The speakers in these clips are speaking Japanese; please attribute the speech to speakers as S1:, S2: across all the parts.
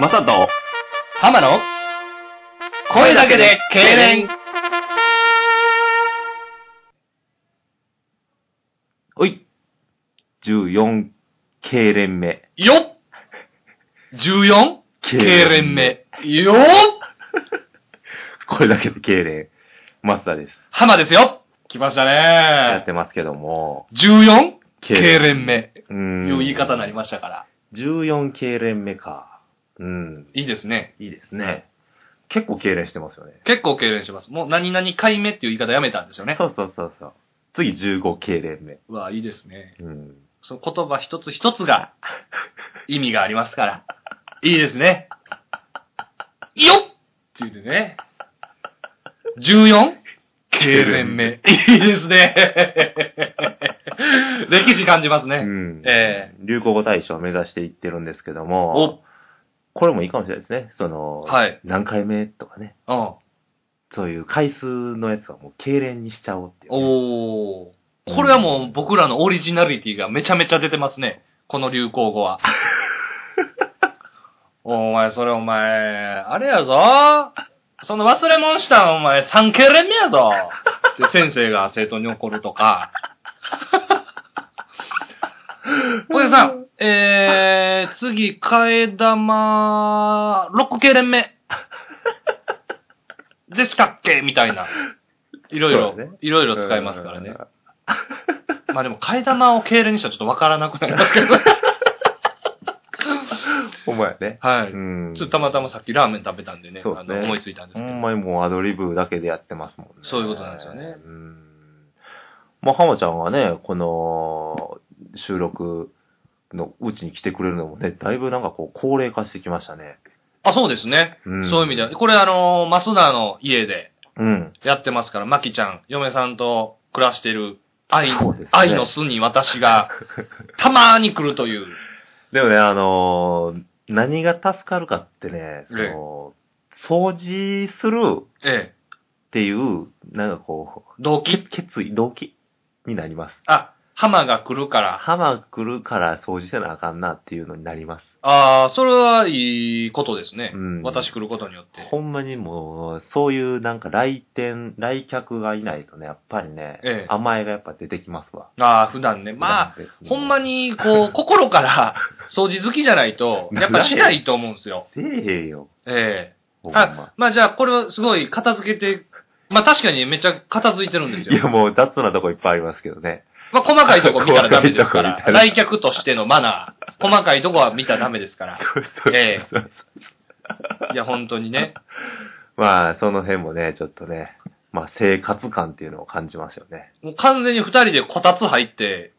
S1: マサと、浜野、声だけで痙攣おい、14痙攣目。
S2: よっ !14?
S1: 痙
S2: 痙
S1: 攣
S2: 攣
S1: 目
S2: 目。よっ
S1: 声だけで痙攣。マサです。
S2: 浜ですよ来ました
S1: やっ
S2: ね
S1: てますけども。
S2: 14?
S1: 痙
S2: 痙
S1: 攣
S2: 攣目。
S1: うーん
S2: いう言い方になりましたから。
S1: 14痙攣目か。うん。
S2: いいですね。
S1: いいですね。結構痙攣してますよね。
S2: 結構痙攣してます。もう何々回目っていう言い方やめたんですよね。
S1: そうそうそうそう。次15痙攣目。
S2: うわ、いいですね。
S1: うん。
S2: その言葉一つ一 つが意味がありますから。いいですね。よっっていうね。14? 痙攣目。いいで すね。歴史感じますね。
S1: うん
S2: え
S1: 流行語大賞を目指していってるんですけども
S2: お、
S1: これもいいかもしれないですね。その、
S2: はい
S1: 何回目とかね。
S2: うん。
S1: そういう回数のやつはもう、痙攣にしちゃおうっていうね、
S2: おー。これはもう僕らのオリジナリティがめちゃめちゃ出てますね。この流 行語は。お前、それお前、あれやぞ。その忘れ物したんお前、三経連目やぞ。って先生が生徒に怒ると か。小池さん、えー、次、替え玉、六経 連目。でしたっけみたいな。いろいろ
S1: そうだね、
S2: いろいろ使いますからね。まあでも、替え玉を経連にしたらちょっとわからなくなりますけ ど。
S1: うん。お前ね。
S2: はい。
S1: うん。
S2: ちょっとたまたまさっきラーメン食べたんでね、
S1: そうですね
S2: あの思いついたんです
S1: ほ
S2: けど。
S1: んまにもうアドリブだけでやってますもんね。
S2: そういうことなんですよね
S1: うん。まあ、浜ちゃんがね、この収録のうちに来てくれるのもね、だいぶなんかこう、高齢化してきましたね。
S2: あ、そうですね。
S1: うん
S2: そういう意味では。これあのー、マスダーの家で
S1: うん。
S2: やってますから、マキちゃん、嫁さんと暮らしてる愛、
S1: そうですね
S2: 愛の巣に私が、たまーに来るという。
S1: でもね、あのー何が助かるかってね、その、掃除する
S2: ええ。
S1: っていう、なんかこ
S2: 動
S1: う、け
S2: 機。
S1: 決意、動機になります。
S2: あ、浜が来るから。
S1: 浜来るから掃除せなあかんなっていうのになります。
S2: ああ、それはいいことですね。
S1: うん
S2: 私来ることによって。
S1: ほんまにもう、そういうなんか来店、来客がいないとね、やっぱりね、
S2: ええ
S1: 甘えがやっぱ出てきますわ。
S2: ああ、普段ね。まあ、
S1: あ
S2: ほんま。に、こ う、心から掃除好きじゃないと、やっぱしないと思うんですよ。
S1: せえへんよ。
S2: え
S1: ほ
S2: え
S1: ん
S2: あ
S1: ま。、
S2: まあじゃあ、これはすごい片付けて、まあ確かにめっちゃ片付いてるんです
S1: いや
S2: よ。
S1: もう雑なとこいっぱいありますけどね。
S2: まあ細かいとこ見たらダメです
S1: 細
S2: か ら
S1: かいとこ見た、ら
S2: 来客としてのマナー、細かいとこは見たらダメですから。ええいや、本当にね。
S1: まあ、その辺もね、ちょっとね、まあ生活感っていうのを感じますよね。
S2: もう完全に二人でこたつ入って、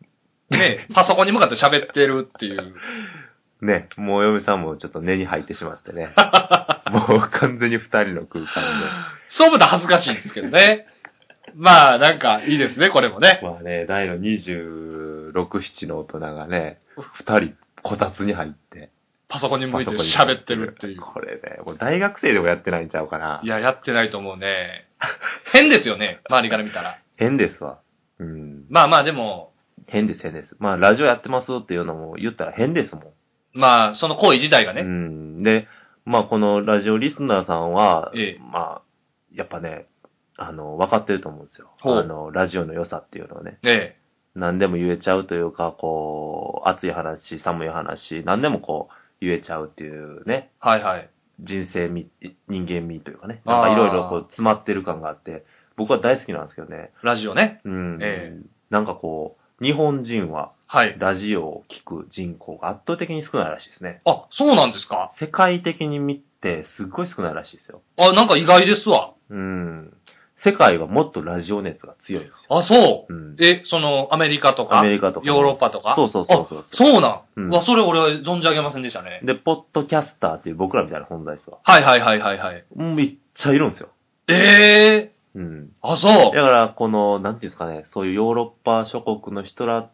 S2: ね、パソコンに向かって喋ってるっていう。
S1: ね、もう嫁さんもちょっと根に入ってしまって ね。もう完全に二人の空間で。
S2: そう思ったら恥ずかしいんですけどね。まあ、なんかいいですね、これもね。
S1: まあね、大の26、7の大人がね、二人、こたつに入って。
S2: パソコンに向いて喋ってるっていう。。
S1: これね、もう大学生でもやってないんちゃうかない
S2: や、やってないと思うね。変ですよね、周りから見たら。
S1: 変ですわ。うん。
S2: まあまあ、でも、
S1: 変です、変です。まあ、ラジオやってますっていうのも言ったら変ですもん。
S2: まあ、その行為自体が
S1: う
S2: ね、
S1: ん。で、まあ、このラジオリスナーさんは、
S2: ええ
S1: まあ、やっぱね、あの、分かってると思うんですよ。
S2: ほう
S1: あの、ラジオの良さっていうのをね。
S2: ええ、
S1: 何でも言えちゃうというか、こう、熱い話、寒い話、何でもこう、言えちゃうっていうね、
S2: はいはい。
S1: 人生味、人間味というかね、
S2: あ
S1: なん
S2: ー
S1: かいろいろこう、詰まってる感があって、僕は大好きなんですけどね。
S2: ラジオね。
S1: うん。
S2: え
S1: なんかこう、日本人は
S2: はい。
S1: ラジオを聞く人口が圧倒的に少ないらしいですね。
S2: あ、そうなんですか
S1: 世界的に見て、すっごい少ないらしいですよ。
S2: あ、なんか意外ですわ。
S1: うん。世界はもっとラジオ熱が強いんですよ。
S2: あ、そ
S1: うん
S2: う。。え、その、アメリカとか、
S1: アメリカとか。
S2: ヨーロッパとか。
S1: そうそうそうそう
S2: あそうなん。
S1: うん
S2: うわ、それ俺は存じ上げませんでしたね。
S1: で、ポッドキャスターっていう僕らみたいな存在ですわ。
S2: はいはいはいはいはい。
S1: めっちゃいるんですよ。
S2: ええ
S1: うん。
S2: あ、そ
S1: だか
S2: う。
S1: ら、この、なんていうんですかね、そういうヨーロッパ諸国の人ら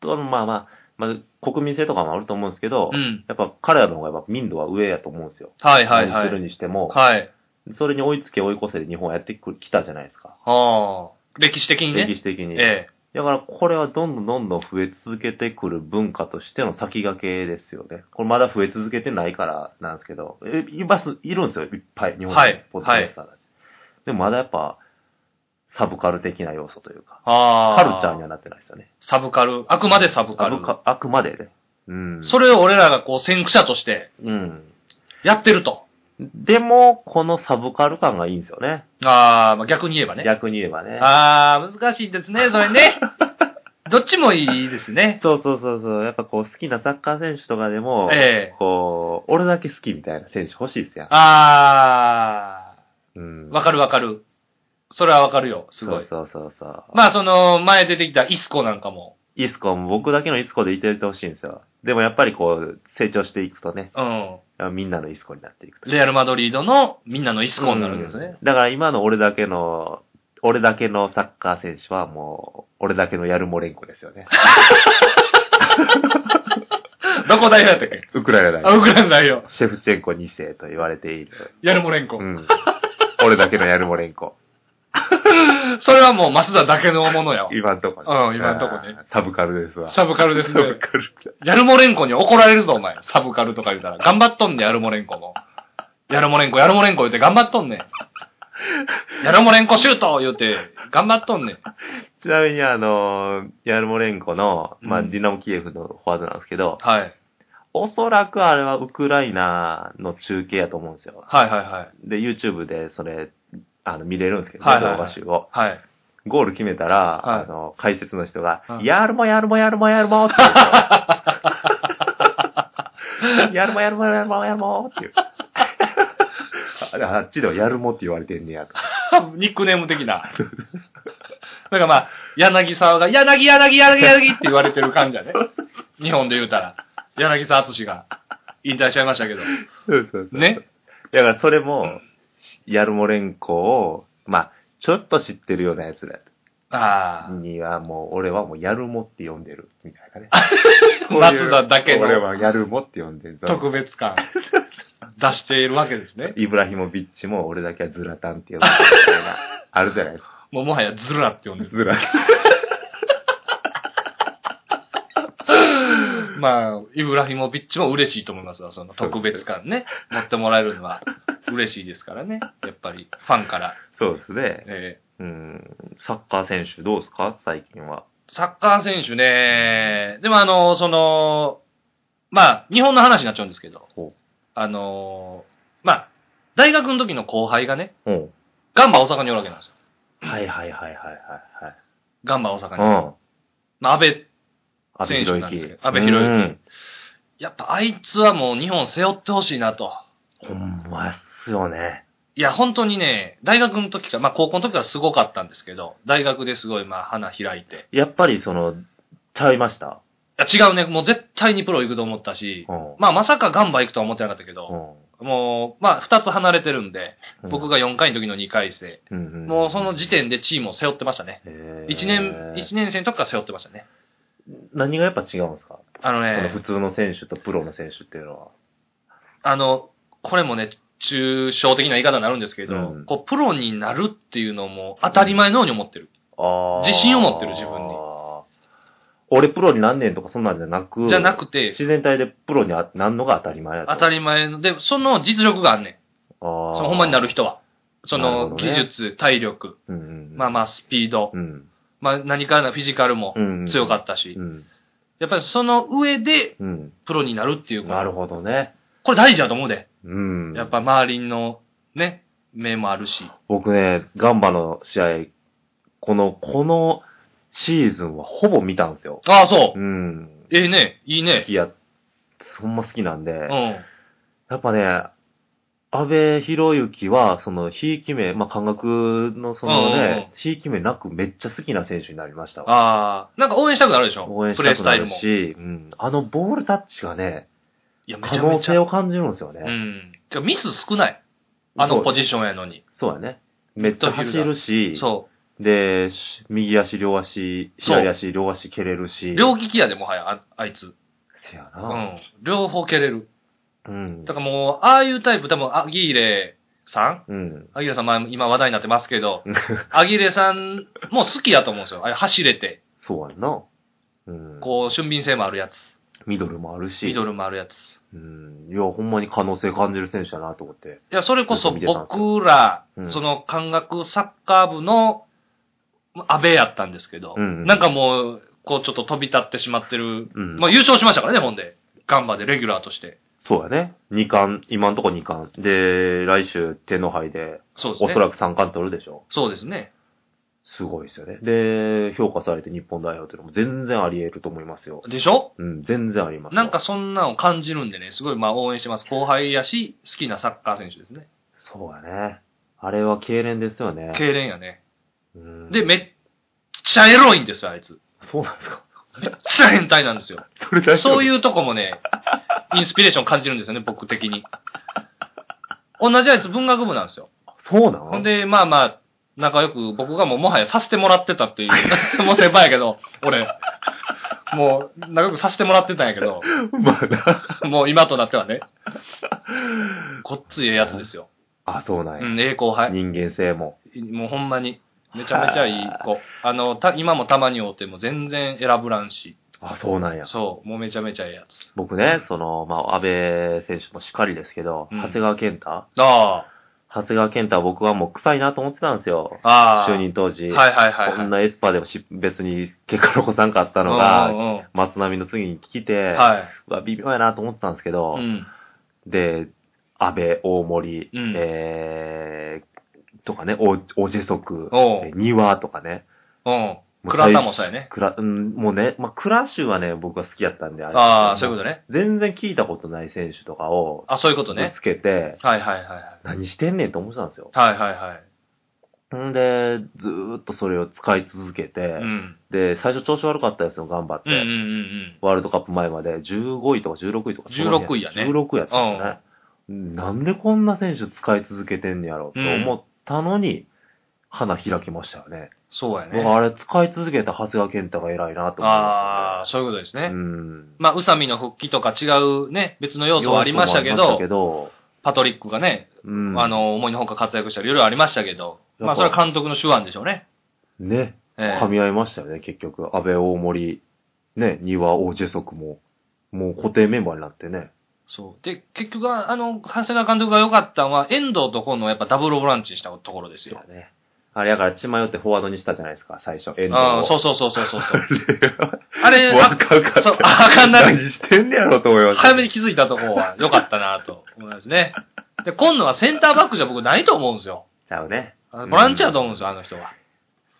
S1: との、まあまあ、まあ、国民性とかもあると思うんですけど、
S2: うん。
S1: やっぱ彼らの方がやっぱ民度は上やと思うんですよ。
S2: はいはいは
S1: 何する
S2: い。
S1: にしても、
S2: はい。
S1: それに追いつけ追い越せで日本はやってきたじゃないですか。
S2: はあ。歴史的にね。
S1: 歴史的に。
S2: ええ。
S1: だからこれはどんどんどんどん増え続けてくる文化としての先駆けですよね。これまだ増え続けてないからなんですけど、えいます、いるんですよ、いっぱい、日本
S2: は
S1: 人
S2: い
S1: ポッドキャスターたち。でもまだやっぱ、サブカル的な要素というか、
S2: あ
S1: カ
S2: あ。
S1: ルチャーにはなってないですよね。
S2: サブカル。あくまでサブカ
S1: あ
S2: ル。
S1: のかあくまでね。うん。
S2: それを俺らがこう先駆者として
S1: うん。
S2: やってると。
S1: でも、このサブカル感がいいんですよね。
S2: ああ、まあ逆に言えばね。
S1: 逆に言えばね。
S2: ああ、難しいで すね、それね。どっちもいいですね。
S1: そうそうそうそう。やっぱこう、好きなサッカー選手とかでも、
S2: ええ
S1: こう、俺だけ好きみたいな選手欲しいですやん。
S2: あ
S1: うん
S2: あ、わかるわかる。それはわかるよ、すごい。
S1: そうそうそうそう。
S2: まあその、前出てきたイスコなんかも。
S1: イスコも僕だけのイスコでいててほしいんですよ。でもやっぱりこう、成長していくとね、
S2: うん。
S1: みんなのイスコになっていくと。
S2: レアル・マドリードのみんなのイスコになるんです
S1: うん
S2: ね。
S1: だから今の俺だけの、俺だけのサッカー選手はもう、俺だけのヤルモレンコですよね。
S2: どこ代表やったっけ
S1: ウクライナ代
S2: あ、
S1: 表。
S2: ウクライナ代表。
S1: シェフチェンコ2世と言われている。
S2: ヤルモレンコ。
S1: うん。 俺だけのヤルモレンコ。
S2: それはもうマスダだけのものやわ。
S1: 今んとこね。
S2: うん今んとこね
S1: あー。サブカルですわ。
S2: サブカルです
S1: サ
S2: ね
S1: ブ。カル。
S2: ヤルモレンコに怒られるぞ、お前。サブカルとか言うたら。頑張っとんねん、ヤルモレンコも。ヤルモレンコ、ヤルモレンコ言うて頑張っとんねん。ヤルモレンコシュート言うて、頑張っとんねん。
S1: ちなみにあのー、ヤルモレンコの、まあ、
S2: うん
S1: ディナモキエフのフォワードなんですけど、
S2: はい。
S1: おそらくあれはウクライナの中継やと思うんですよ。
S2: はいはいはい。
S1: で、YouTube でそれ、あの、見れるんですけど、
S2: は
S1: ね、
S2: いはいはい
S1: 動画集を。
S2: はい。
S1: ゴール決めたら、
S2: は
S1: あ
S2: い
S1: の、解説の人が、
S2: はい
S1: やるもやるもやるもやるもって言うんですよ やるもやるもやるもやるも っていう。あれあっちではやるもって言われてんねやと。
S2: ニックネーム的な。だからまあ、柳沢が、柳柳柳柳って言われてる感じやね。日本で言うたら。柳沢敦が引退しちゃいましたけど。
S1: そうそうそう
S2: ね。
S1: だからそれも、ヤルモレンコを、まあ、ちょっと知ってるようなやつら
S2: あ
S1: にはもう、俺はもうヤルモって呼んでる、みたい なね。
S2: あ、マスダだけ
S1: 俺
S2: の
S1: はヤルモって呼んでる。
S2: 特別感出しているわけですね。
S1: イブラヒモビッチも俺だけはズラタンって呼んでるみたいな。あるじゃないですか。
S2: もうもはやズラって呼んでる。
S1: ズラ。
S2: まあ、イブラヒモビッチも嬉しいと思いますわ。その特別感ね、持ってもらえるのは嬉しいですからね。やっぱり、ファンから。
S1: そうですね。
S2: え
S1: うん。サッカー選手どうですか最近は。
S2: ーサッカー選手ね、でもあの、その、まあ、日本の話になっちゃうんですけど
S1: ほ、
S2: あの、まあ、大学の時の後輩がね、
S1: うん。
S2: ガンバ大阪におるわけなんですよ。
S1: はいはいはいはい
S2: ガンバ
S1: は
S2: 大
S1: い
S2: 阪に。
S1: はい。うん。
S2: まあ、安倍、
S1: 阿部
S2: 選手
S1: 博
S2: なんですけ
S1: 之
S2: ど。阿部博之
S1: うん
S2: やっぱあいつはもう日本背負ってほしいなと。
S1: ほんまっすよね。
S2: いや、本当にね、大学の時から、まあ高校の時からすごかったんですけど、大学ですごいまあ花開いて。
S1: やっぱりその、ちゃいました。
S2: いや違うね、もう絶対にプロ行くと思ったし、
S1: うん。
S2: まあまさかガンバ行くとは思ってなかったけど、もう、まあ二つ離れてるんで、
S1: うん
S2: 僕、が4回の時の2回生、
S1: うんうん
S2: もうその時点でチームを背負ってましたね。
S1: へー
S2: 1年、一年生の時から背負ってましたね。
S1: 何がやっぱ違うんですか、
S2: あの
S1: この
S2: ね
S1: 普、通の選手とプロの選手っていうのは。
S2: あの、これもね、抽象的な言い方になるんですけど、
S1: うん
S2: こうプロになるっていうのも当たり前のように思ってる。
S1: あー
S2: 自信を持ってる自分に。
S1: 俺プロになんねんとかそんなんじゃなく。
S2: じゃなくて、
S1: 自然体でプロにあなんのが当たり前やと。
S2: 当た
S1: り。
S2: り前の、で、その実力があんねん。
S1: その
S2: そのほんまになる。人は。そ
S1: なる
S2: の
S1: ほどね
S2: 技術、体力、
S1: うんうん、
S2: まあま
S1: あ。
S2: あスピード、
S1: うん。
S2: まあ何からのフィジカルも
S1: うん、
S2: 強かったたし
S1: う、ん。
S2: やっぱりその上で
S1: うん。
S2: プロになるっていう
S1: なる
S2: か、
S1: ほどね。
S2: これ大事だと思うで。
S1: うん。
S2: やっぱ周りのね、目もあるし。
S1: 僕ね、ガンバの試合、この、このシーズンはほぼ見たんですよ。
S2: ああ、そうう。
S1: ん。
S2: ええね、いい
S1: 好
S2: ね。
S1: きや、ほんま好きなんで。
S2: うん。
S1: やっぱね、安倍博之は、その、ひいき目、まあ、感覚のその
S2: うんうんうん
S1: ね、ひいき目なくめっちゃ好きな選手になりましたわ。
S2: ああ、なんか応援したくなるでしょ
S1: 応援し
S2: プ
S1: た
S2: レー
S1: く
S2: スタ
S1: な
S2: イル
S1: る
S2: も。
S1: し、うん、あのボールタッチがね、
S2: いや、め
S1: 可
S2: ちゃめ
S1: 能
S2: ち
S1: 性
S2: ゃ。
S1: を感じるんですよね。
S2: うん。てかミス少ない。あのポジションやのに。
S1: そうやね。めっちゃ走るし、
S2: そ
S1: で、し右足、両足、
S2: そう
S1: 左足、両足蹴れるし。
S2: う。両利きやでもはや、ああいつ。
S1: せや
S2: う
S1: な。
S2: ん。両方蹴れる。
S1: うん
S2: だ。からもう、ああいうタイプ、多分、アギーレさん
S1: うん。
S2: アギ ーレさん、まあ、今話題になってますけど、アギーレさんも好きだと思うんですよ。あれ走れて、
S1: そうやんな。うん。
S2: こう、俊敏性もあるやつ。
S1: ミドルもあるし。
S2: ミドルもあるやつ。
S1: うん。いや、ほんまに可能性感じる選手やなと思って。
S2: いや、それこそ
S1: よく見てたんですよ
S2: 僕ら、
S1: うん
S2: その感覚サッカー部の安倍やったんですけど、
S1: うんうん
S2: なんかもう、こうちょっと飛び立ってしまってる。
S1: うん。
S2: まあ優勝しましたからね、ほんで。ガンバでレギュラーとして。
S1: そうやね。二冠、今んとこ二冠。で、来週、天皇杯で、
S2: そうですね。
S1: おそらく三冠取るでしょ。
S2: そうですね。
S1: すごいですよね。で、評価されて日本代表というのも全然あり得ると思いますよ。
S2: でしょ
S1: うん、全然ありますよ。
S2: なんかそんなの感じるんでね、すごいまあ応援してます。後輩やし、好きなサッカー選手ですね。
S1: そうやね。あれは痙攣ですよね。
S2: 痙攣やね。
S1: うん
S2: で、めっちゃエロいんですよ、あいつ。
S1: そうなんですか。
S2: めっちゃ変態なんですよ。
S1: それ大丈夫。
S2: そういううとこもね、インスピレーション感じるんですよね、僕的に。同じやつ文学部なんですよ。
S1: そうなん
S2: ほんで、まあまあ、仲良く僕がもうもはやさせてもらってたっていう、 もう先輩やけど、俺、もう仲良くさせてもらってたんやけど、
S1: まあな。
S2: もう今となってはね、こっついええやつですよ。
S1: あ、そうなん
S2: う
S1: や。
S2: ん、ええ後輩。
S1: 人間性も。
S2: もうほんまに、めちゃめちゃいい子。あの、た今もたまに会うても全然選ぶらんし、
S1: あ、そうなんや。
S2: そう、もうめちゃめちゃええやつ。
S1: 僕ね、その、まあ、安倍選手もしっかりですけど、
S2: うん
S1: 長谷川健太
S2: あ
S1: 長谷川健太は僕はもう臭いなと思ってたんですよ。
S2: あ、ああ。
S1: 就任当時。
S2: はいはいはいはい。
S1: こんなエスパーでもし別に結果残さんかったの
S2: うん
S1: が、
S2: うんうん
S1: 松並の次に来て、
S2: は
S1: うわ微妙やなと思ってたんですけど、
S2: い。うん。
S1: で、安倍、大森、
S2: うん
S1: えー、とかね、お、おジェソク、
S2: おう
S1: え庭とかね。
S2: うん。
S1: もう
S2: 倉田もそうやね。
S1: クラ、うん、もうね、まあ、クラッシュはね、僕は好きやったんで、あれ
S2: ああ、そういうことね。
S1: 全然聞いたことない選手とかを、
S2: あそういうこと
S1: ぶ
S2: ね。
S1: つけて、
S2: はいはいはいはい。
S1: 何してんねんと思ってたんですよ。
S2: はいはいはい。
S1: んで、ずーっとそれを使い続けて、
S2: うん。
S1: で、最初調子悪かったですよ、頑張って。
S2: うんうんうん
S1: ワールドカップ前まで15位とか16位とか。その辺
S2: 16位やね
S1: 16位やったんですよね。なんでこんな選手使い続けてんねやろうと思ったのに、花開きましたよね。
S2: そうや
S1: 僕あ
S2: ね。
S1: れ使い続けた長谷川健太が偉いなと思い
S2: ああ
S1: ま、
S2: そういうことです
S1: すよ
S2: ね
S1: ね。。うん。
S2: まあ、宇佐美の復帰とか違うね、別の要素はありましたけ
S1: 要素もありまし
S2: ど
S1: たけ、ど
S2: パトリックがね、
S1: うん。
S2: あ、の、思いのほか活躍したり、いろいろありましたけど、まあ、それは監督の手腕でしょうね。
S1: ね、
S2: ええ
S1: 噛み合いましたよね、結局。安倍大森、ね、庭王ジェソクも、もう固定メンバーになってね。
S2: そう。で、結局は、あの、長谷川監督が良かったのは、遠藤と今野をやっぱダブルボランチにしたところですよ。
S1: そうやね。あれやから、血迷ってフォワードにしたじゃないですか、最初。エンド
S2: ああ、そううそうそうそうそうそう。
S1: そう。
S2: あれ、
S1: わかんかった。
S2: そうあかんな
S1: 何してんねやろと思いました。
S2: 早めに気づいたところは良かったなと思います ね。で、今度はセンターバックじゃ僕ないと思うんですよ。
S1: ちゃうね。
S2: あボランチやと思うんですよ、あの人は。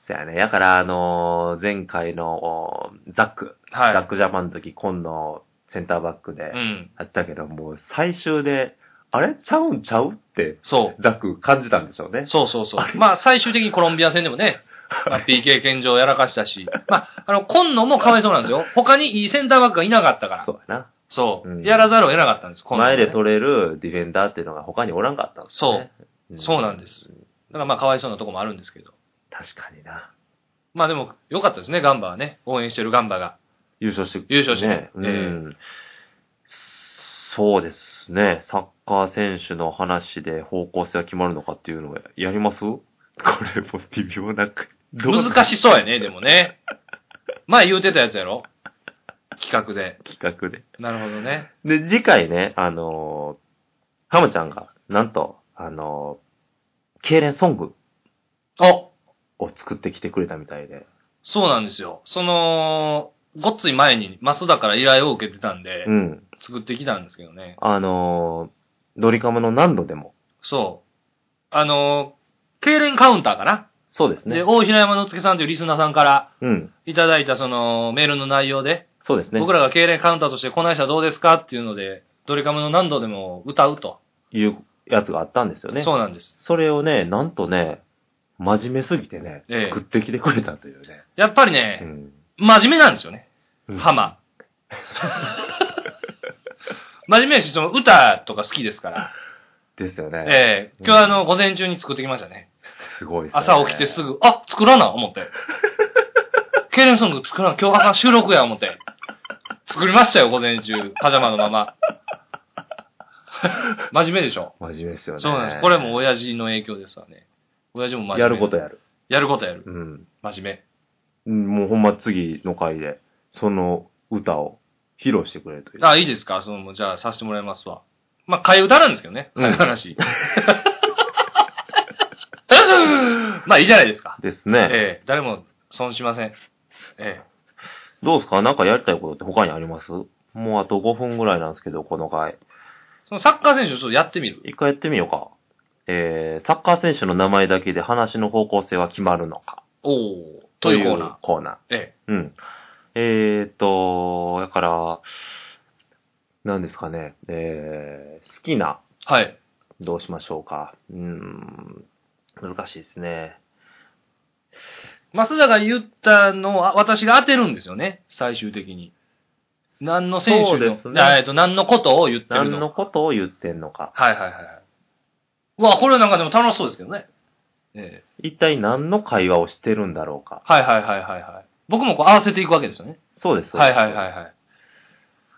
S1: そうやね。やから、あのー前回の、おーザック、ザッ
S2: は
S1: クジャパンの時、今野センターバックで
S2: い。う、ん。
S1: あったけど、もう最終で、あれちゃうんちゃうって、
S2: そう。
S1: ザック感じたんでしょうね。
S2: そうそうそう。まあ、最終的にコロンビア戦でも ね、まあ、PK 献上やらかしたし、まあ、あの、今野もかわいそうなんですよ。他にいいセンターバックがいなかったから。
S1: そうやな。
S2: そう。
S1: うん
S2: やらざるを得なかったんです、今野は
S1: 前
S2: ね
S1: で取れるディフェンダーっていうのが他におらんかったんですね。そう
S2: そうなんです。だからまあ、かわいそうなとこもあるんですけど。
S1: 確かにな。
S2: まあでも、良かったですね、ガンバはね。応援してるガンバが。
S1: 優勝して、
S2: 優勝してね
S1: うん。
S2: え
S1: そうですね。サッカー選手の話で方向性が決まるのかっていうのをやります これも微妙な。どう
S2: 難しそうやね、でもね。前言うてたやつやろ企画で。
S1: 企画で。
S2: なるほどね。
S1: で、次回ね、あのー、ハムちゃんが、なんと、あのー、痙攣ソング
S2: お
S1: を作ってきてくれたみたいで。
S2: そうなんですよ。その、ごっつい前に、マスダから依頼を受けてたんで
S1: う、ん。
S2: 作ってきたんですけどね。
S1: あのー、ドリカムの何度でも。
S2: そう。あのー、痙攣カウンターかな、
S1: そうです
S2: で、
S1: ね。
S2: 大平山之助さんというリスナーさんから
S1: うん。
S2: いただいたその、メールの内容で、
S1: そうですね。
S2: 僕らが痙攣カウンターとしてこない人はどうですかっていうので、ドリカムの何度でも歌うと。
S1: いうやつがあったんですよね。
S2: そうなんです。
S1: それをね、なんとね、真面目すぎてね、
S2: ええ
S1: 食ってきてくれたというね。
S2: やっぱり
S1: う
S2: ね、
S1: ん。
S2: 真面目なんですよね。
S1: うん
S2: ハマ。真面目やし、その歌とか好きですから。
S1: ですよね。
S2: ええ今日はあの、午前中に作ってきましたね。
S1: すごいですね。
S2: 朝起きてす。ぐ、あ、作らな、思って。ケイレンソング作らな、今日あかん収録や、思って。作りましたよ、午前中。パジャマのまま。 真面目でしょ。
S1: 真面目ですよね。
S2: そうなんです。これはもう親父の影響ですわね。親父も真面目。
S1: やることやる。
S2: やることやる。
S1: うん。
S2: 真面
S1: うんもうほんま次の回で、その歌を披露してくれるという。
S2: あ、いいですかその、じゃあ、させてもらいますわ。まあ、替え歌なんですけどね。
S1: うん
S2: 替え 話。 まあ、いいじゃないですか。
S1: ですね。
S2: ええ誰も損しません。え
S1: どうですかなんかやりたいことって他にありますもうあと5分ぐらいなんですけど、この回。
S2: えそのサッカー選手をちょっとやってみる。
S1: 一回やってみようか。えー、サッカー選手の名前だけで話の方向性は決まるのか。
S2: おおというコーナ
S1: コーナー。
S2: ー。え
S1: うん。えー、っと、だから、何ですかね、えー、好きな、
S2: えはい。
S1: どうしましょうか。うーん、難しいですね。
S2: 増田が言ったのをあ私が当てるんですよね。最終的に。何の選手
S1: そ
S2: の、
S1: うですね
S2: あえっと、何のことを言ってる
S1: 何
S2: の
S1: のことを言ってんのか。
S2: はいはいはいはい。うわ、これなんかでも楽しそうですけどね。ええ
S1: 一体何の会話をしてるんだろうか。
S2: はいはいはいはいはい。僕もこう合わせていくわけですよね。
S1: そうです。そうで
S2: はい
S1: す
S2: はいはいはい。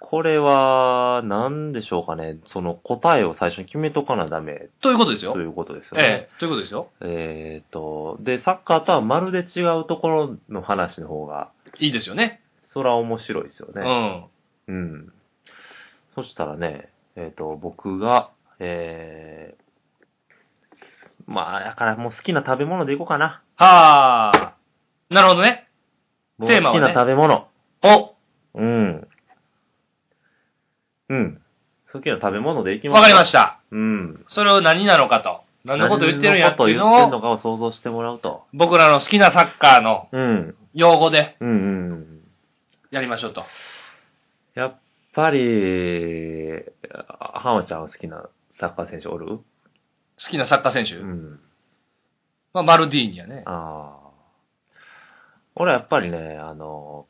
S1: これは、何でしょうかね。その答えを最初に決めとかなダメ
S2: ということですよ
S1: と。いうことですよね。
S2: ええということですよ。
S1: えーっと、で、サッカーとはまるで違うところの話の方が、
S2: いいですよね。
S1: そら面白いですよ
S2: う
S1: ね。
S2: ん。
S1: うん。そしたらね、えーっと、僕が、えー、まあ、だからもう好きな食べ物でいこうかな。
S2: はあ。なるほどね。
S1: 僕の
S2: テーマはね
S1: 好きな食べ物。
S2: お、
S1: うん。うん。好きな食べ物でいきます
S2: わかりました。
S1: うん。
S2: それを何なのかと。何のこと言ってるんやっていう
S1: 何のこと言ってん
S2: の
S1: の
S2: を、
S1: かを想像してもらうと。
S2: 僕らの好きなサッカーの
S1: うん。
S2: 用語で
S1: うんうんうん。
S2: やりましょうと。
S1: やっぱり、あ浜ちゃんは好きなサッカー選手おる
S2: 好きなサッカー選手。
S1: うん。
S2: まあ、マルディーニやね。
S1: ああ。俺はやっぱりね、あの、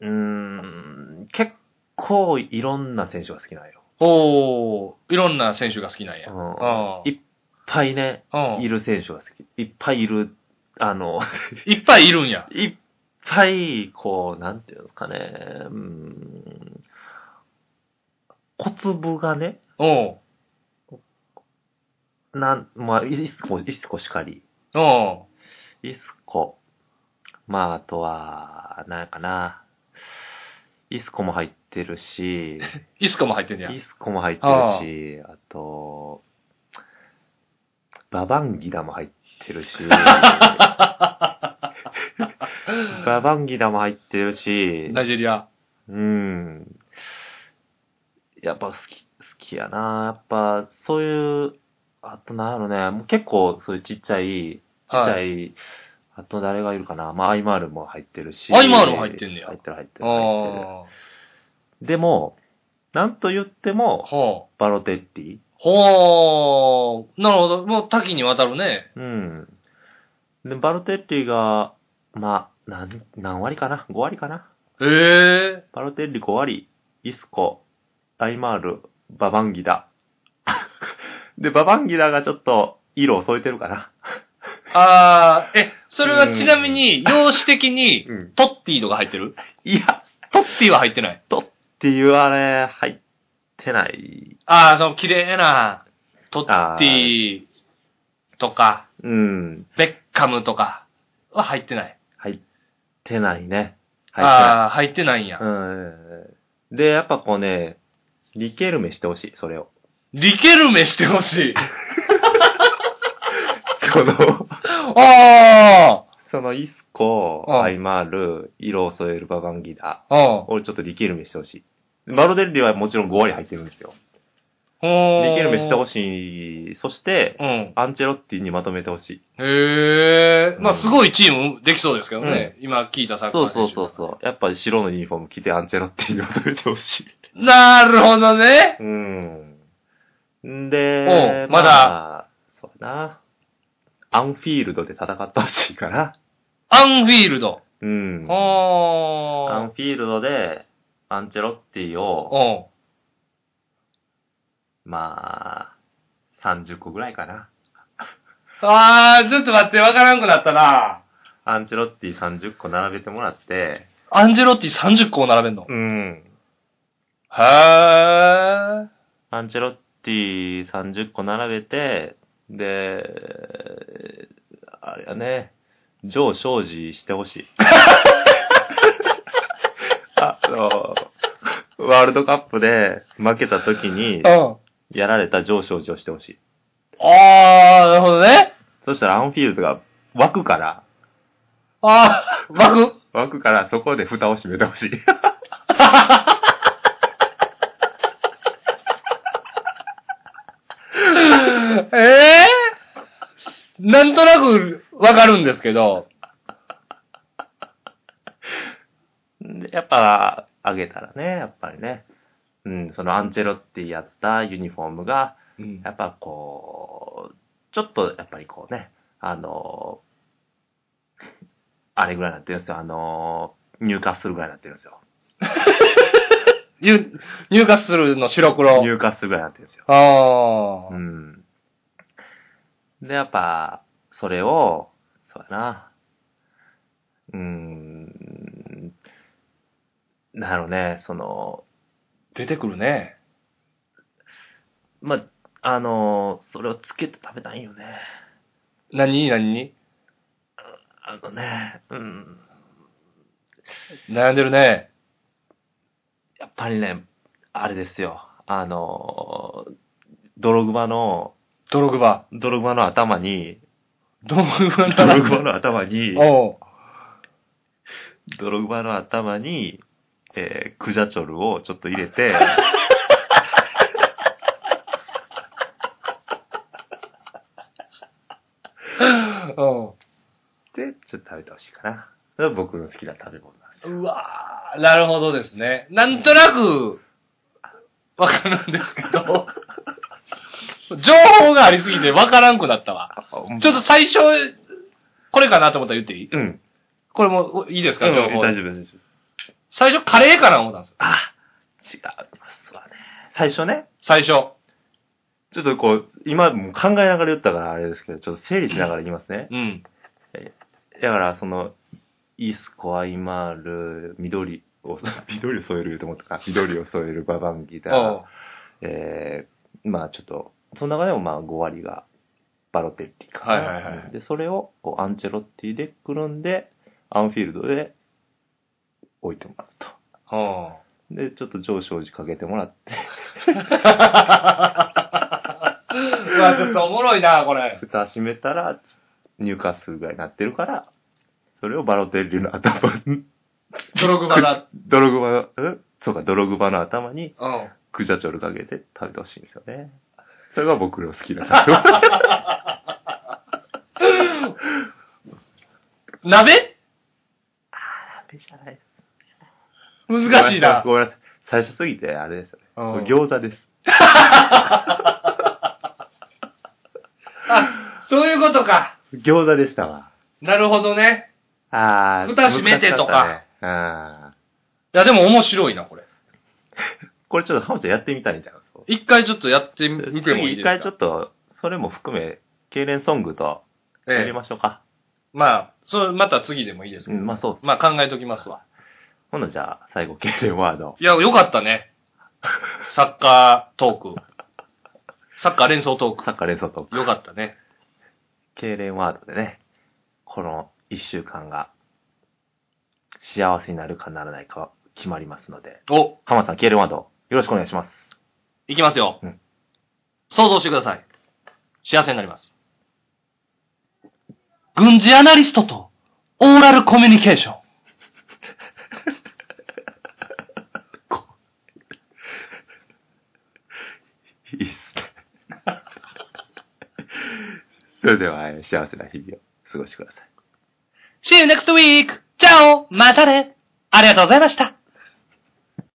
S1: うーん、結構いろんな選手が好きなんよ。
S2: おー、いろんな選手が好きなんや。あ
S1: うん。いっぱいね、
S2: うん。
S1: いる選手が好き。いっぱいいる、あの、
S2: いっぱいいるんや。
S1: いっぱい、こう、なんていうんですかね、うーん、小粒がね、
S2: おう
S1: なん、まあ、イスコ、イスコしかり。
S2: お
S1: イスコ。まあ、あとは、なんやかな。イスコも入ってる し、
S2: うイスコも入ってんじゃん
S1: イ。スコも入ってるし、あと、ババンギダも入ってるし、 ババンギダも入ってるし、
S2: ナイジェリア。
S1: うん。やっぱ好き、好きやな。やっぱ、そういう、あとなんやろね、もう結構そういうちっちゃい、ちっちゃ、
S2: はい
S1: あと誰がいるかな。まあ、アイマールも入ってるし。
S2: アイマールも入ってんねや
S1: 入ってる入ってる。入って
S2: あ
S1: るでも、なんと言って
S2: あ。
S1: も、
S2: ほう。
S1: バロテッティ。
S2: ほう。なるほど。もう多岐にわたるね。
S1: うん。で、バロテッティが、まあ、なん、何割かな ?5 割かな
S2: へえ。
S1: バロテッティ5割、イスコ、アイマール、ババンギダ。 で、ババンギダがちょっと、色を添えてるかな。
S2: ああ、え、それはちなみに、容姿的に、
S1: うん。
S2: トッティとか入ってる
S1: いや、
S2: トッティは入ってない。
S1: っていうあれ、入ってない。
S2: ああ、その綺麗な、トッティとか、
S1: うん。
S2: ベッカムとかは入ってない。
S1: 入ってないね。入っ
S2: ああ、入ってないんや
S1: てない。。うん。で、やっぱこうね、リケルメしてほしい、それ を。
S2: リケルメしてほしい。
S1: その、
S2: あ
S1: そのイスコ、
S2: うん
S1: アイマール、色を添えるババンギダ。
S2: あ。うん。
S1: 俺ちょっとリケルメしてほしい。バロデッリはもちろん5割入ってるんですよ。
S2: リ
S1: リケルメしてほ
S2: い。
S1: しい。そして、
S2: うん。
S1: アンチェロッティにまとめてほしい。
S2: へえ。まあ、
S1: うん
S2: すごいチームできそうですけどね。今聞いたサッカ
S1: そ
S2: ー
S1: うそう
S2: 選手
S1: そうそう。やっぱり白のユニフォーム着てアンチェロッティにまとめてほしい。
S2: なるほどね。
S1: うん。
S2: お
S1: で、
S2: うま
S1: だ、そうやな。アンフィールドで戦ってほしいから。
S2: アンフィールド。
S1: うん。アン
S2: あ
S1: フィールドで、アンチェロッティ
S2: あ。
S1: を、
S2: お
S1: まあ、30個ぐらいかな。
S2: ああ、ちょっと待って、わからんくなったな。
S1: アンチェロッティ30個並べてもらって、
S2: アンジェロッティ30個を並べんの。
S1: うん。
S2: へえ。
S1: アンチェロッティ30個並べて、で、あれやね、上昇時してほ しい。あの、ワールドカップで負けた時に
S2: う、ん。
S1: やられた上昇時をしてほしい。
S2: あー、なるほどね。
S1: そしたらアンフィールドが湧くから、
S2: あー、枠。
S1: 湧くからそこで蓋を閉めてほしい。
S2: ええー、なんとなくわかるんですけど。
S1: でやっぱ、あげたらね、やっぱりね。うん、そのアンチェロッティやったユニフォームが、
S2: うん
S1: やっぱこう、ちょっとやっぱりこうね、あの、あれぐらいになってるんですよ。あの、入荷するぐらいになってるんですよ。
S2: 入入荷するの白黒。
S1: 入荷するぐらいになってるんですよ。
S2: ああ、
S1: うん。で、やっぱ、それを、そうやな。うーん。なるほどね、その、
S2: 出てくるね。
S1: ま、あの、それをつけて食べたいよね。
S2: 何何に
S1: あのね、うん。
S2: 悩んでるね。
S1: やっぱりね、あれですよ。あの、ドログマの、
S2: ドログバ。
S1: ドログマの頭に、
S2: ドログバ
S1: ドログマの頭に、
S2: おう
S1: ドログマの頭に、えー、クジャチョルをちょっと入れて、
S2: お
S1: で、ちょっと食べてほしいかな。それは僕の好きな食べ物なんです
S2: ううわーなるほどですね。なんとなく、わかるんですけど、情報がありすぎてわからんくなったわ。
S1: よ。
S2: ちょっと最初、これかなと思ったら言っていい
S1: と、うん。
S2: これもいいですか、情報
S1: 大丈夫です、大丈夫です。
S2: 最初カレーかな思ったんですよ。
S1: あ、違いますわね。最初ね、
S2: 最初。
S1: ちょっとこう、今もう考えながら言ったからあれですけど、ちょっと整理しながら言いますね。
S2: うん。
S1: だから、その、イスコアイマール、緑を、 緑を添えると思ったか、緑を添えるババンギ
S2: お
S1: だ、えー、まあちょっと、その中でもまあ5割がバロテッリかな。
S2: はいはいはい
S1: で、それをこうアンチェロッティでくるんで、アンフィールドで置いてもらうと。
S2: うおう
S1: で、ちょっと上昇時かけてもらって、
S2: うわ、ちょっとおもろいな、これ。
S1: 蓋閉めたら入荷するぐらいになってるから、それをバロテッリの頭 に、
S2: 泥熊 だ。
S1: ドログバの、んそうか、ドログバの頭に
S2: うん。
S1: クジャチョルかけて食べてほしいんですよね。それが僕の好きな食
S2: 鍋
S1: べじゃない。
S2: 難しいな。
S1: ごめんなさい。最初すぎて、あれですよね。
S2: うん
S1: 餃子です。
S2: あ、そういうことか。
S1: 餃子でしたわ。
S2: なるほどね。
S1: あー
S2: 蓋閉めてとか。
S1: 難しったねうん。
S2: いや、でも面白いな、これ。
S1: これちょっとハモちゃんやってみたいんじゃないですか
S2: 一回ちょっとやってみてもい
S1: 次一
S2: いですか
S1: 回ちょっと、それも含め、痙攣ソングとや
S2: え
S1: り
S2: え、
S1: ましょうか。
S2: まあ、それまた次でもいいですけ
S1: う
S2: ど。
S1: ん、まあそうです。
S2: まあ考えときますわ。
S1: ほなじゃあ、最後、痙攣ワード。
S2: いや、よかったね。サッカートーク。サッカー連想トー
S1: サッカー連想と
S2: ク。、よかったね。
S1: 痙攣ワードでね、この一週間が、幸せになるかならないかは決まりますので、
S2: お、
S1: 浜田さん、痙攣ワード、よろしくお願いします。
S2: いきますよ。
S1: うん
S2: 想像してください。幸せになります。軍事アナリストとオーラルコミュニケーション。
S1: いいっすね。それでは、えー幸せな日々を過ごしてください。
S2: See you next week! チャオまたねありがとうございました